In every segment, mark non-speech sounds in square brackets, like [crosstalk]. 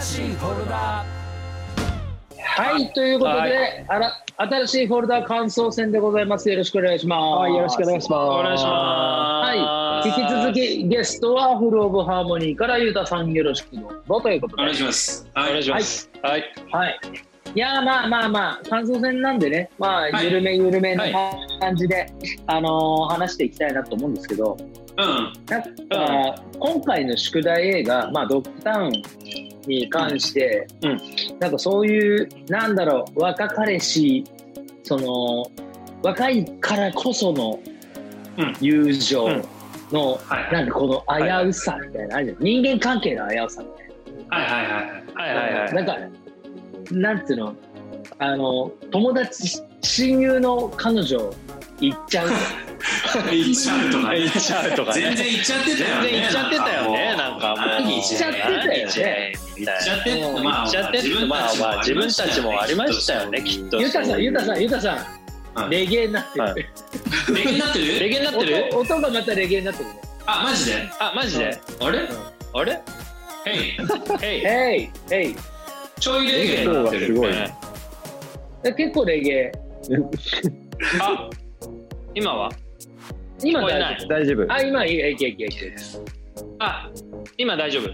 新しいフォルダはい、ということで、はいあら新しいフォルダ感想戦でございます。よろしくお願いします。はい、よろしくお願いします。お願いしまはい、す。引き続きゲストはフルオブハーモニーからゆうたさんよろしくどうぞということお願いで。します。はい、お願いします。はい、はい。いやーまあまあまあ感想戦なんでね、まあはいゆるめゆるめはない感じで、あのー話していきたいなと思うんですけど、だから今回の宿題映画、まあドッグタウンに関して、うんうなんかそういうなんだろう若彼氏その若いからこそのうん友情うんの、はいなんかこの危うさみたいな、あるじゃん人間関係の危うさみたいうん、はいはいはいはいな、はいはいはい。なんかなんていうのあの友達親友の彼女行っち [laughs] ゃう [laughs] ー行っちゃうとかね行っちゃうとかね全然行っちゃってたよ全ね然行っちゃってたよね、なんかもう。何しっちゃってたよねみた行っいちゃな。ってたうん行っちゃってって、まあまあ、自分たちもありましたよね、きっと。ゆたさんゆたさんゆたさはんいレゲエになってる、はいレゲエになってレるゲエになってる音音がまたレゲエになってるねあマジであ、マジであれあれへいえい。えいえいちょいレゲエになってるレゲエねえ結構レゲエあ、今は今聞こえな大い丈大丈夫夫。あ今いいいけいけいけあ、今大丈夫。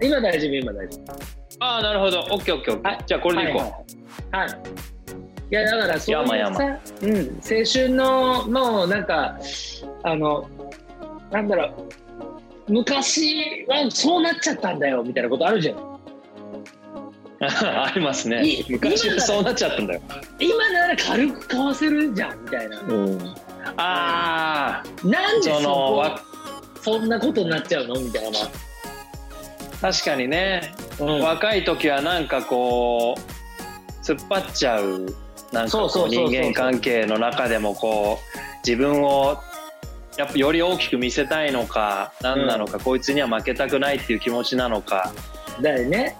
今大丈夫今大丈夫あーなるほど。オッケーオッケーオッケー。じゃあこれでいこう。うはい、はいいやだからそういうさ山々うん、青春のもうなんかあのなんだろう昔はそうなっちゃったんだよみたいなことあるじゃんありますねい。昔はそうなっちゃったんだよ。今なら軽くかわせるじゃんみたいなうん。あなんあ、でそそのこわそんなことになっちゃうのみたいな、確かにね、うん若い時はなんかこう突っ張っちゃうなんかそうそこうそうそう人う間関係の中でもこう自分をやっぱより大きく見せたいのか何なのか、こいつには負けたくないっていう気持ちなのかだよね。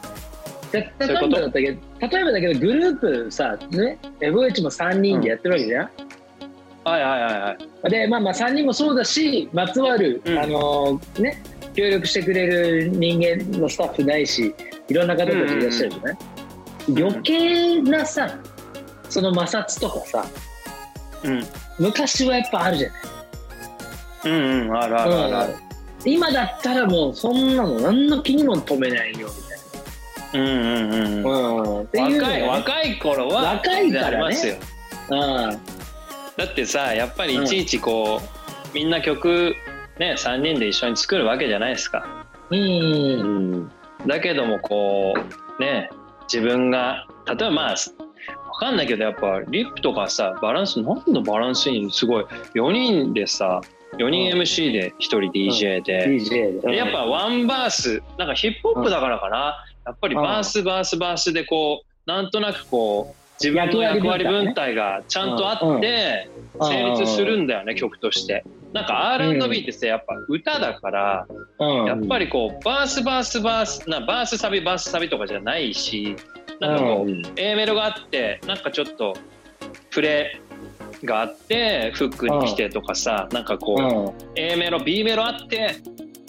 た例えそういうばことだったけど、例えばだけど、グループさ、ね、FH も3人でやってるわけじゃん。はいはいはいはいで、まあまあ3人もそうだし、まつわる、うんあのーね、協力してくれる人間のスタッフないし、いろんな方たちいらっしゃるじゃない、ん余計なさ、その摩擦とかさ、うん昔はやっぱあるじゃうんうんあるあるあるなあい、る今だったらもうそんなの何の気にも止めないよみたいな。うんうんうんうんうん、っていうのが若ねい若い頃は若いからねありますようんだってさやっぱりいちいちこう、みんな曲ね3人で一緒に作るわけじゃないですかうんうん。だけどもこうね自分が例えばまあわかんないけどやっぱリップとかさバランス何のバランスいいのすごい4人でさ4人 MC で1人 DJ で、 DJ ででやっぱワンバースなんかヒップホップだからかな、やっぱりバースバースバースでこうなんとなくこう自分の役役割割分分担がちゃんとあって成立するんだよね曲として。なんか R&B ってさやっぱ歌だから、うんやっぱりこうバースバースバースなバースサビバースサビとかじゃないしなんかこう、A メロがあってなんかちょっとプレがあってフックに来てとかさ、なんかこう、A メロ B メロあって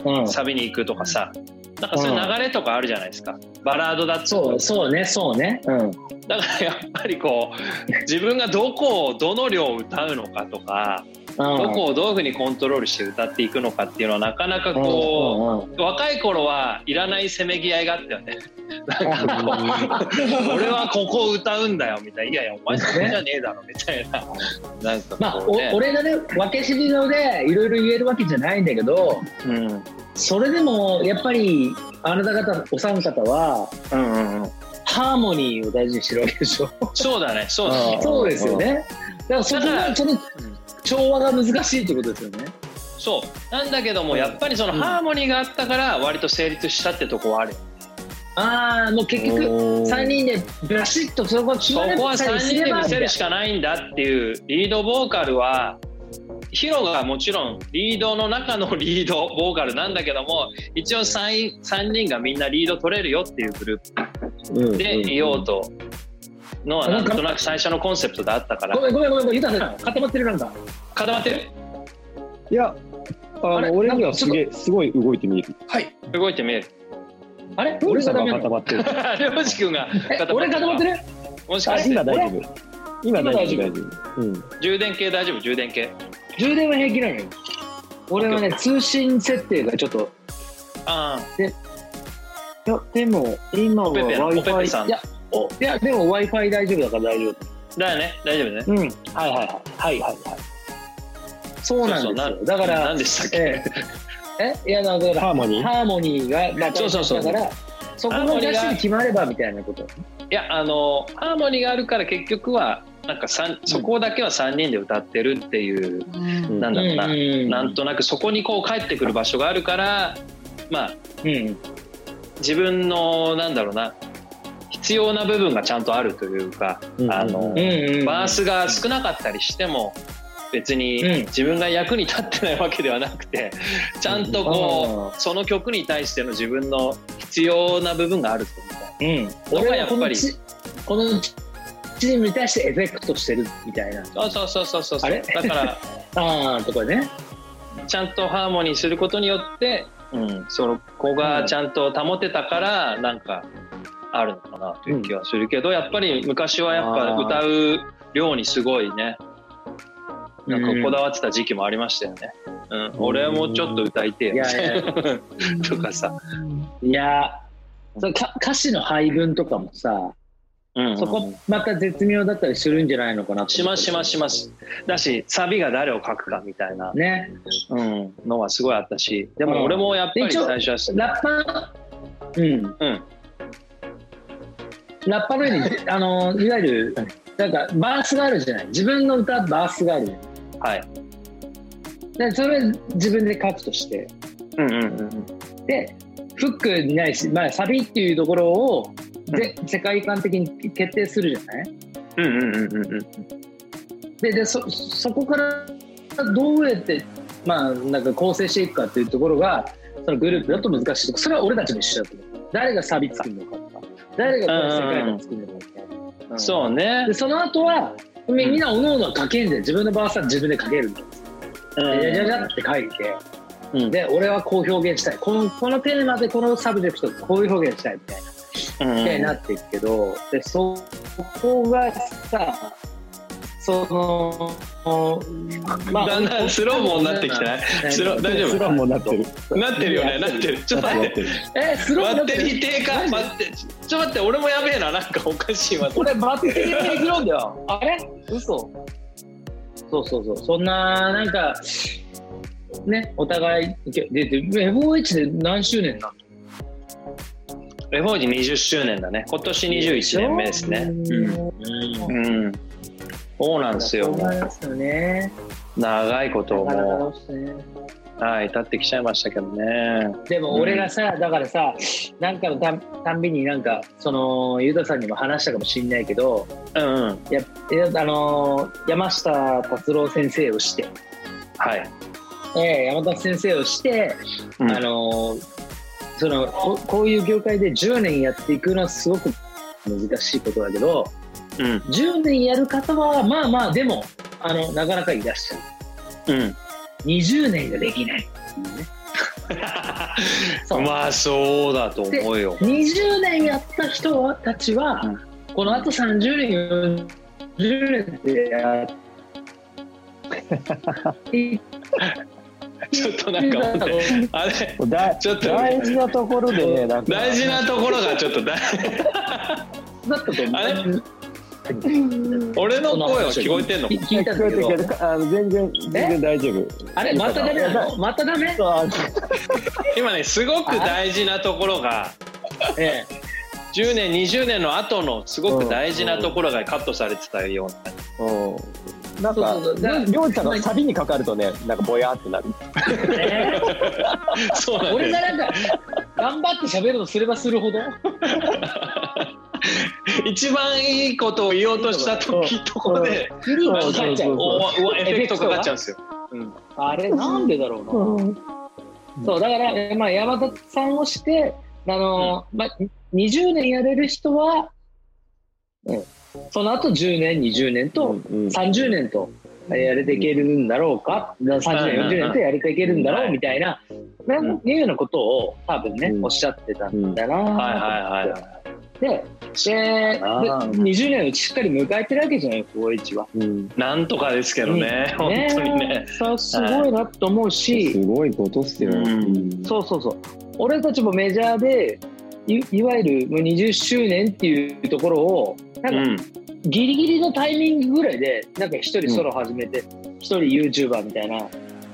うんうんサビに行くとかさなんかそういう流れとかあるじゃないですか、バラードだってそうそうねそうねうんだからやっぱりこう自分がどこをどの量を歌うのかとか、どこをどういうふうにコントロールして歌っていくのかっていうのはなかなかこう。若い頃はいらないせめぎ合いがあったよね。なんかこう俺はここを歌うんだよみたいな「いやいやお前それじゃねえだろ」みたいななんかまあこおう、ね俺がね分け知りのでいろいろ言えるわけじゃないんだけどうんうんそれでもやっぱりあなた方お三方はうんうんハーモニーを大事にしてるわけでしょそうだねそうだねそうですよねだからそこだかがらその調和が難しいってことですよねそうなんだけどもうんやっぱりそのうんハーモニーがあったから割と成立したってとこはあるよああもう結局3人でバシッとそこは決そまれこばは3人で見せるしかないんだっていうリードボーカルはヒロがもちろんリードの中のリードボーカルなんだけども一応 3, 3人がみんなリード取れるよっていうグループうんでいようとのはなんとなく最初のコンセプトであったからごめんごめんごめんごめん、ゆたさん、固まってるなんか。固まってるいや、ああれの、俺になんはかすげえ、すごい動いて見える。動いてみる [laughs] あれ俺俺さがんダがメな固のまってる。漁師君がえ俺固まってるもしかして今大丈夫。今大丈夫、今大丈夫。うん。充電系大丈夫充電系充電は平気なのよ俺はね通信設定がちょっとあいやでも今はおぺぺ w i お f ぺ i ぺさんいやおいやでも w i f i 大丈夫だから大丈夫あだよね大丈夫ねうんはいはいはい。はいはいはい。そうなんですよだから何でしたっけ、えええいやだからハーモニー。ハーモニーがまたそうそうそうだからそこの出しに決まればみたいなこといやあのハーモニーがあるから結局はなんかさんそこだけは3人で歌ってるっていう、うんなんだろうな、んなんとなくそこにこう帰ってくる場所があるからまあうん自分のなんだろうな必要な部分がちゃんとあるというか、あうのんうんバースが少なかったりしても別にうん自分が役に立ってないわけではなくてちゃんとこうその曲に対しての自分の必要な部分があるというかうんうんこが俺はやっこぱのりチこのチームに対してエフェクトしてるみたいなそうそうそうそうそうあれだ [laughs] からああとかねちゃんとハーモニーすることによって、うん、その子がちゃんと保てたから、なんかあるのかなという気はするけど、やっぱり昔はやっぱあー歌う量にすごいねなんかこだわってた時期もありましたよね、うん俺もちょっと歌いてよいやいやいとかさ、いやそれか歌詞の配分とかもさうんそこまた絶妙だったりするんじゃないのかなと思ってしますしますしますだしサビが誰を書くかみたいな、ねうん、のはすごいあったしでうんも俺もやっぱり一応最初はすラッパー、うん、うんラッパーのように、あのいわゆる、なんかバースがあるじゃない、自分の歌、バースがあるじゃはいない、でそれ自分で書くとして、うんうんうんで、フックにないし、まあ、サビっていうところを、で世界観的に決定するじゃないうんうんうんうんうんででそそこからどうやって、まあ、なんか構成していくかっていうところがそのグループだと難しいとこそれは俺たちも一緒だと思う誰がサビ作るのかとか誰がこの世界観作るのかとか、そうねでその後はみみんなおのおの書けんで自分のバースは自分で書けるんだよじゃじゃじゃって書いて、うんで俺はこう表現したいこのこのテーマでこのサブジェクトこういう表現したいみたいなみたいになっていくけど、でそこがさそのまだんだんスローモになってきてないねスロー大丈夫スローもなってる。なってるよねなってるちょっと待ってる。えスローバになッってテるリー低下待ってちょっと待って俺もやべえななんかおかしいわこれバッテリー的論だよあれ嘘そうそうそうそんななんかねお互いでで FOH で何周年なのレフォージ20周年だね今年21年目ですねうんうんそうなんですよそうなんですよね長いことなかなかもですねうはい経ってきちゃいましたけどねでも俺がさ、だからさなんかのたんたんびになんかそのゆうたさんにも話したかもしれないけどうんうんややあのー山下達郎先生をして、はいえー、山田先生をして、うんあのーそのここういう業界で10年やっていくのはすごく難しいことだけどうん10年やる方はまあまあでもあのなかなかいらっしゃるうん20年ができ [laughs] ないっていうねそうまあそうだと思うよ20年やった人たちは、うんこのあと30年40年でやって [laughs] ちょっとなんか [laughs] 待ってあれだちょっと大事なところでね、なんか大事なところがちょっと [laughs] だだったと思うあれ俺の声は聞こえてんの聞聞いたん聞こだえけどてるけど、あの全然全然大丈夫。あれまたダメなのまたダメ、そうあの今ねすごく大事なところが [laughs] ええ、 10年20年の後のすごく大事なところがカットされてたよううんなんかそうそうそうだからりょうちゃんがサビにかかるとねなんかぼやってなる [laughs] ねなそうなん俺でがなんか頑張って喋るのすればするほど一番いいことを言おうとした時とこで気にかかっちゃううんおわうわエフェクトかかっちゃうんですよあれなんでだろうな、そうだから、えーまあ、山田さんをしてあのー、まあ、20年やれる人は、うん、その後10年20年とうん30年とえーやれていけるんだろうかだから30年40年とやれていけるんだろうみたいななんいうようなことを多分ね、うんおっしゃってたんだなぁと思って、はいはいはいででであー20年をしっかり迎えてるわけじゃない高一は。うん、なんとかですけどね、本当にね。さすごいなと思うし、すごいことっすよ、うんそうそうそう俺たちもメジャーでいいわゆるもう20周年っていうところをなうんかん、ギリギリのタイミングぐらいでなんか一人ソロ始めて一、人 YouTuber みたいな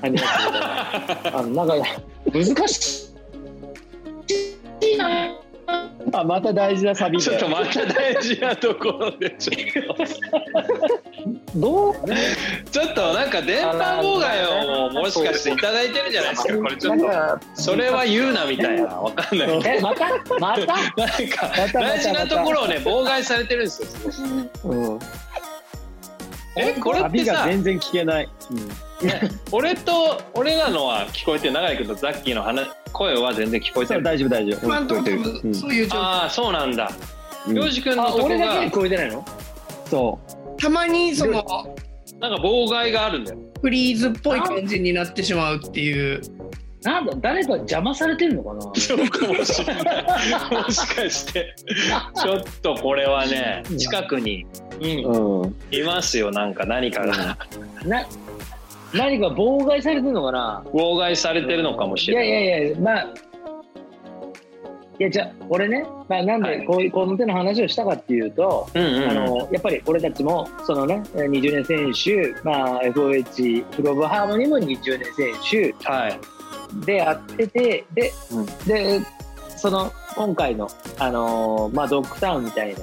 感じになってるから [laughs] あのなんか難しいなあまた大事なサビちょっとまた大事なところでちょっとどうちょっとなんか電波妨害をもしかしていただいてるじゃないですかこれちょっとなんかそれは言うなみたいなわかんない [laughs] なんかえまたまた大事なところをね [laughs] 妨害されてるんですようん、えこれサっビてがさ全然聞けない、俺と俺らのは聞こえて長井君とザッキーの話声は全然聞こえてそうる大丈夫大丈夫今のところうんそういう状況ああそうなんだうん洋二君のあとこ俺がだけなでんか超えてないのそうたまにその妨害があるんだよフリーズっぽい感じになってしまうっていうなんだ誰か邪魔されてるの [laughs] かなそうかもしれない。もしかして、ちょっとこれはね、近くにうんいますよ、なんか何かが。な何か妨害されてるのかな妨害されてるのかもしいれやない。いやいやまあいやじゃあ俺ね、まあ、なんはいでこういうこの手の話をしたかっていうと、うんうん、あのやっぱり俺たちもそのねえー20年選手、まあ、FOH グローブハーモニーも20年選は手い。でやっててで,、うんでその今回の、あのーまあ、ドッグタウンみたいな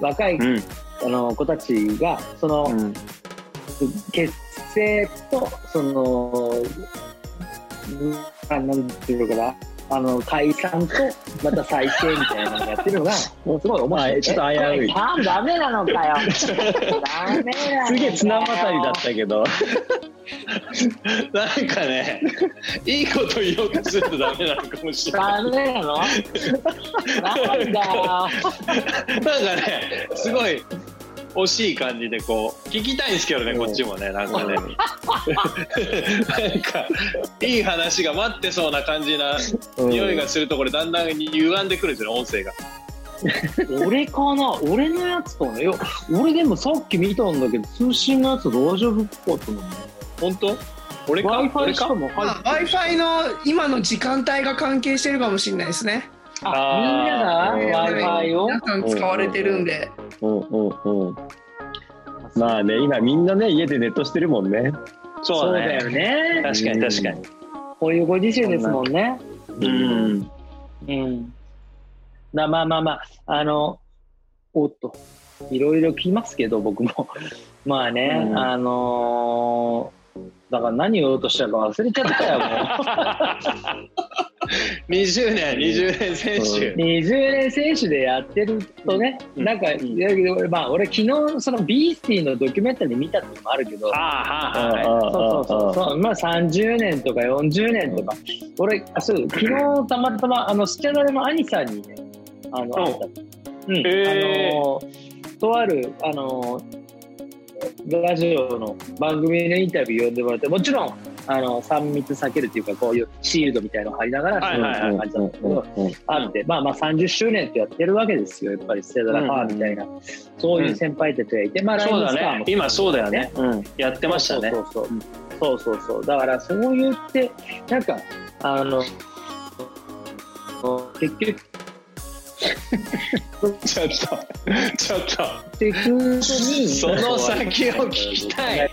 若い、うんあの子たちがその、うん結成とそのあなんていうのかなあの解散とまた再生みたいなのやって [laughs] るのがすごい面白あ [laughs] い。ちょっと危ういえあダメなのかよ。ダメ [laughs] なのかよ。すげえ綱渡りだったけどなんかね、いいこと言おうとするとダメなのかもしれない。ダメな [laughs] の？なんだよ。なんかね、すごい惜しい感じでこう、聞きたいんですけどね、こっちもね、なんかね。なんか、いい話が待ってそうな感じな匂いがするとこれだんだん歪んでくるんですよね音声が俺かな俺のやつとねいや俺でもさっき見たんだけど通信のやつ大丈夫っぽかったのね本当俺か Wi-Fi 俺しかかも入っ w i f i の今の時間帯が関係してるかもしれないですねあみんなあが Wi-Fi を皆さん使われてるんでうんうんうんまあね今みんなね家でネットしてるもんねそうだねそうだよね。確かに確かにこういうご時世ですもんね。うんうん。なまあまあまあ、あの、おっと、いろいろ聞きますけど、僕も。 [laughs] まあね、うんあのーだから何を言おうとしたか忘れちゃったよ、も20年20年選手う。20年選手でやってるとね、うんなんか、いや俺まあ俺昨日、そのビースティのドキュメンタリー見たっていうのもあるけど、ああはいはいあそうそうそううそう、まあ、30年とか40年とか、俺あそう昨日たまたまあのスチャダレの兄さんにねあの会った、うんへあーのとあるあのラジオの番組のインタビュー呼んでもらってもちろんあの3密避けるっていうかこういうシールドみたいなのを貼りながらはいはいそういう感じだったけど、あって、まあまあ30周年ってやってるわけですよやっぱりスチャダラパーみたいな、そういう先輩たちがいて、まあライそうブだスターねも今そうだよねうんやってましたねそうそうそうそうそうそうだからそう言ってなんかあの結局ちょっとちょっと的にその先を聞きたい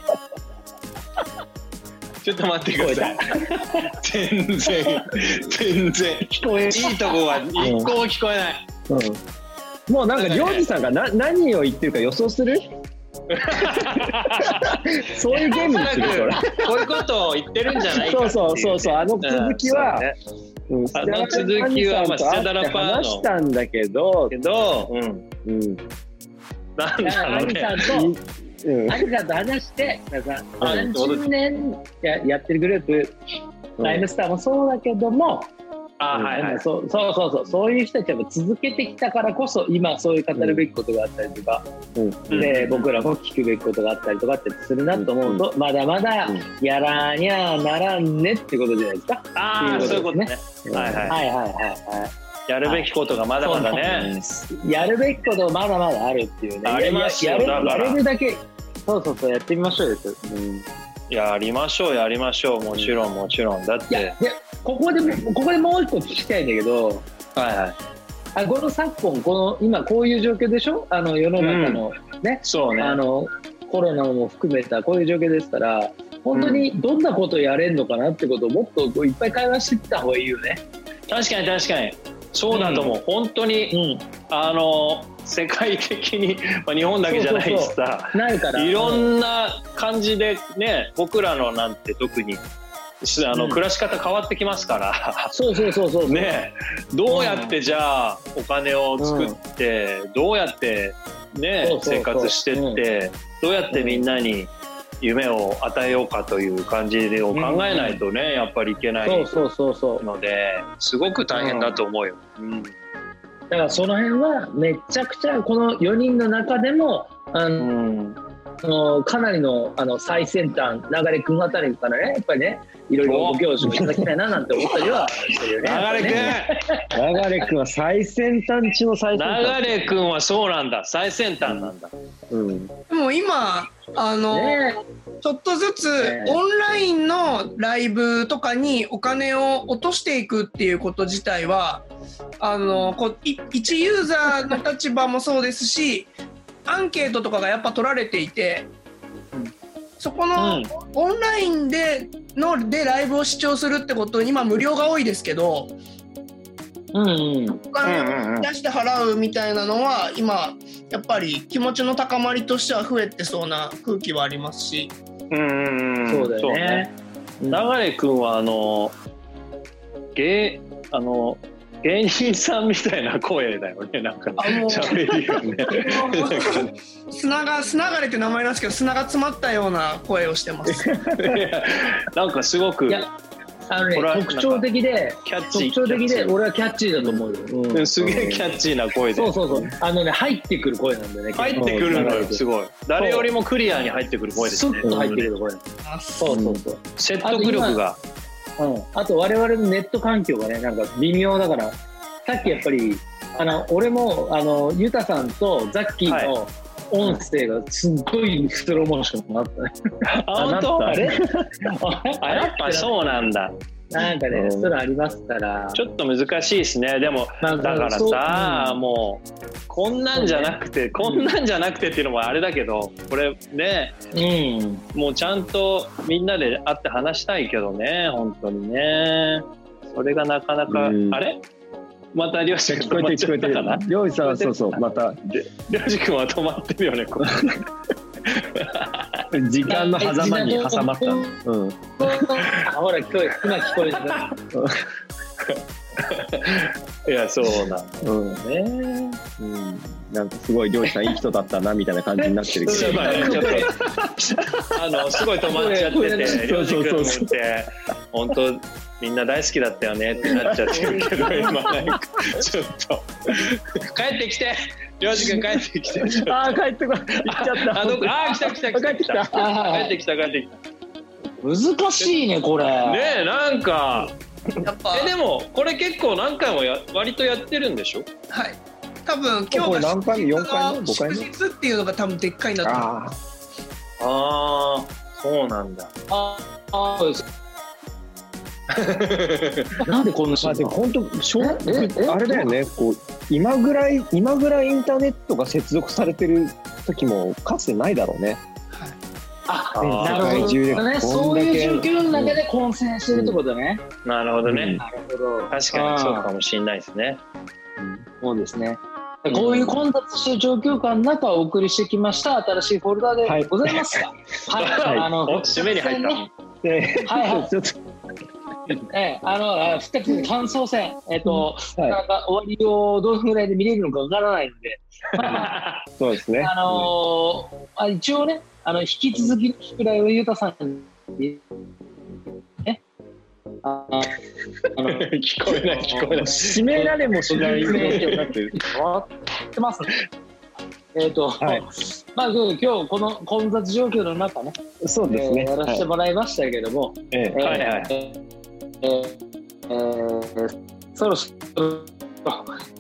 ちょっと待ってください全然全然い聞こえいとこは一個も聞こえないうんもうなんか涼二さんがな何を言ってるか予想するそういうゲームにするそれこういうことを言ってるんじゃないかそっうていねそうそうそうあの続きはうんうんあの続きはまあスチャダラパーの兄さんと会って話したんだけどけど、うん、うんなんだろう兄さね。んとうん兄さんと話して皆さんはい30年ややってるグループライムスターもそうだけどもあはいはいなんかそうそうそうそうそういう人たちはやっぱ続けてきたからこそ今そういう語るべきことがあったりとか、うんで僕らも聞くべきことがあったりとかってするなと思うと、まだまだうんやらにゃならんねってことじゃないですか。ああってそういいううここととねではいははい、いはいはいはい。やるべきことがまだまだねやるべきことまだまだあるっていうね。ありますよややだやかられやれるだけ。そうそうそうやってみましょうよ。うんやりましょうやりましょうもちろんもちろんだっいてや、はいでここでもここでもう一個聞きたいんだけど、はいあこの昨今この今こういう状況でしょ？あの世の中の、ね、そうねあのコロナも含めたこういう状況ですから、本当にどんなことをやれんのかなってことをもっとこういっぱい会話していった方がいいよね。確かに確かにそうだと思う、本当にあの世界的に、まあ、日本だけじゃないしさそうないから。いろんな感じでね僕らのなんて特にしあの、うん暮らし方変わってきますからそうそうそうそう。ねどうやってじゃあお金を作って、どうやってねそうそうそう生活してって、どうやってみんなに夢を与えようかという感じを考えないとね、やっぱりいけなそういそうそうそう。のですごく大変だと思うよ。うんだからその辺はめちゃくちゃこの4人の中でもあの、そのかなりのあの最先端流れ君あたりからねやっぱりねいろいろご教授いただきたいななんて思ったりはしてるよね。流ねれ流れ君は最先端中のく最ん先端流れくんはそうなんだ最先端なんだ、うんでも今あの、ねちょっとずつねオンラインのライブとかにお金を落としていくっていうこと自体はあのこうい一ユーザーの立場もそうですしアンケートとかがやっぱ取られていてそこのうんオンラインでのでライブを視聴するってこと今無料が多いですけどうんうんお金を出して払うみたいなのは今やっぱり気持ちの高まりとしては増えてそうな空気はありますし。うんそうだよね。流れくんはあの芸あの芸人さんみたいな声だよねなんかあもう喋りがね [laughs] 砂が砂がれって名前なんですけど砂が詰まったような声をして [laughs] ます。いやなんかすごくいキやャあのこれはなんねか特徴的でッチ特徴ー的キャでッチ俺はキャッチーだと思うよ。ーううんんすげえキャッチーな声でそうそうそうあのね入ってくる声なんだよね。入ってくるのよすごい誰よりもクリアに入ってくる声ですスねッと入ってくる声。そうそうそう。説得力がうん、あと我々のネット環境がねなんか微妙だからさっきやっぱりあの俺もあのユタさんとザッキーの音声がすっごいスローモーションになったね。あ本あ当なあたれああやっぱそうなんだなんかうねんそれありますから。ちょっと難しいですねでもまあだからそうさ、うんもうこんなんじゃなくて、こんなんじゃなくてっていうのもあれだけどこれねうん [laughs] もうちゃんとみんなで会って話したいけどね本当にねそれがなかなか、うんあれまた漁師君聞こ止まっえちてゃるっ聞こえてたかなる漁師さんはそうそうまた漁師君は止まってるよねこ [laughs] れ時間の狭間に挟まったのうんあほら聞こえ今聞こえた。いやそうなんだうん [laughs] ねうんなんかすごい漁師さんいい人だったなみたいな感じになってるけ [laughs] すどごいちょっとあのすごい止まっちゃっててそ漁う師そうそう君って本当みんな大好きだったよねってなっちゃってるけど今なんかちょっと帰ってきて漁師君帰って [laughs] きてああ帰ってこい行っちゃったあどこあー来た来た来た来た帰ってきた帰ってきた難しいねこれ。ねえなんかやっぱえでもこれ結構何回もや割とやってるんでしょはい。多分今日こがれ何回目四回目五回目祝日っていうのが多分でっかいんだと思う。あああそうなんだああそうです。なんでこんなーまあでも本当しょうえええあれだよねこう今ぐらい今ぐらいインターネットが接続されてる時もかつてないだろうねああーなるほどね。そういう [laughs] 状況の中でで混戦してるってことね。なるほどね、うんなるほど。確かにそうかもしれないですねそうですね。うんこういう混雑してる状況下の中お送りしてきました新しいフォルダはでいございますが、はい、はいあのお締めに入ったねではい [laughs] はいちょっとええあのあ復活感想戦えっ、と、はなんか終わりをどのぐらいで見れるのかわからないので、まあまいそうです [laughs] ねあ、あのーあ一応ねあの引き続き宿題をゆうたさんにねああの聞こえない聞こえない締められもしない全然聞こえ回なくてってますね。 [laughs] えっ、と、はいまあ今日この混雑状況の中ね、そうですね、えーやらせてはもらいましたけども、いええはいはいえーえーえーそろそろ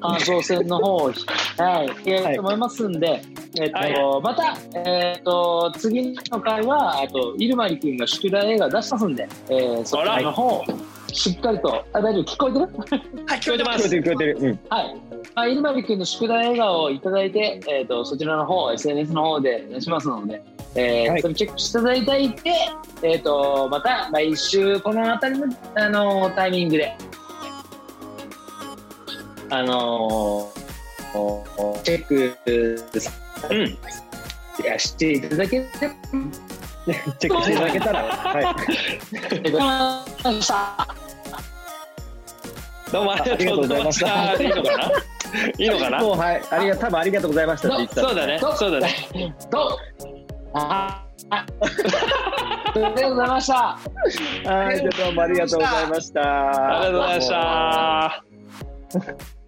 感想戦の方を、はい、引き上げると思いますんで、えっ、と、また、えっ、と、次の回は、あと、イルマリ君が宿題映画出しますんで、えー、そちらの方をしっかりと、あ、大丈夫、聞こえてるはい、聞こえてま聞こえす。てる聞こえてるうんはい。まあ、イルマリ君の宿題笑顔をいただいて、えっ、と、そちらの方、SNS の方で出しますので、えーはいそれチェックしていただいていて、えっ、と、また来週、このあたりの、あのータイミングで、あのーおおチェックうんいやしていただけたらチェックしていただけたら、はい、と思いました。どうもありがとうございました。あいりいがとのうごかな？いいのかな？もうはいありが多分ありがとうございましたって言ってたそうだね。そうだね。どうああありがとうございました。はいじゃあどうもありがとうございましたありがとうございました。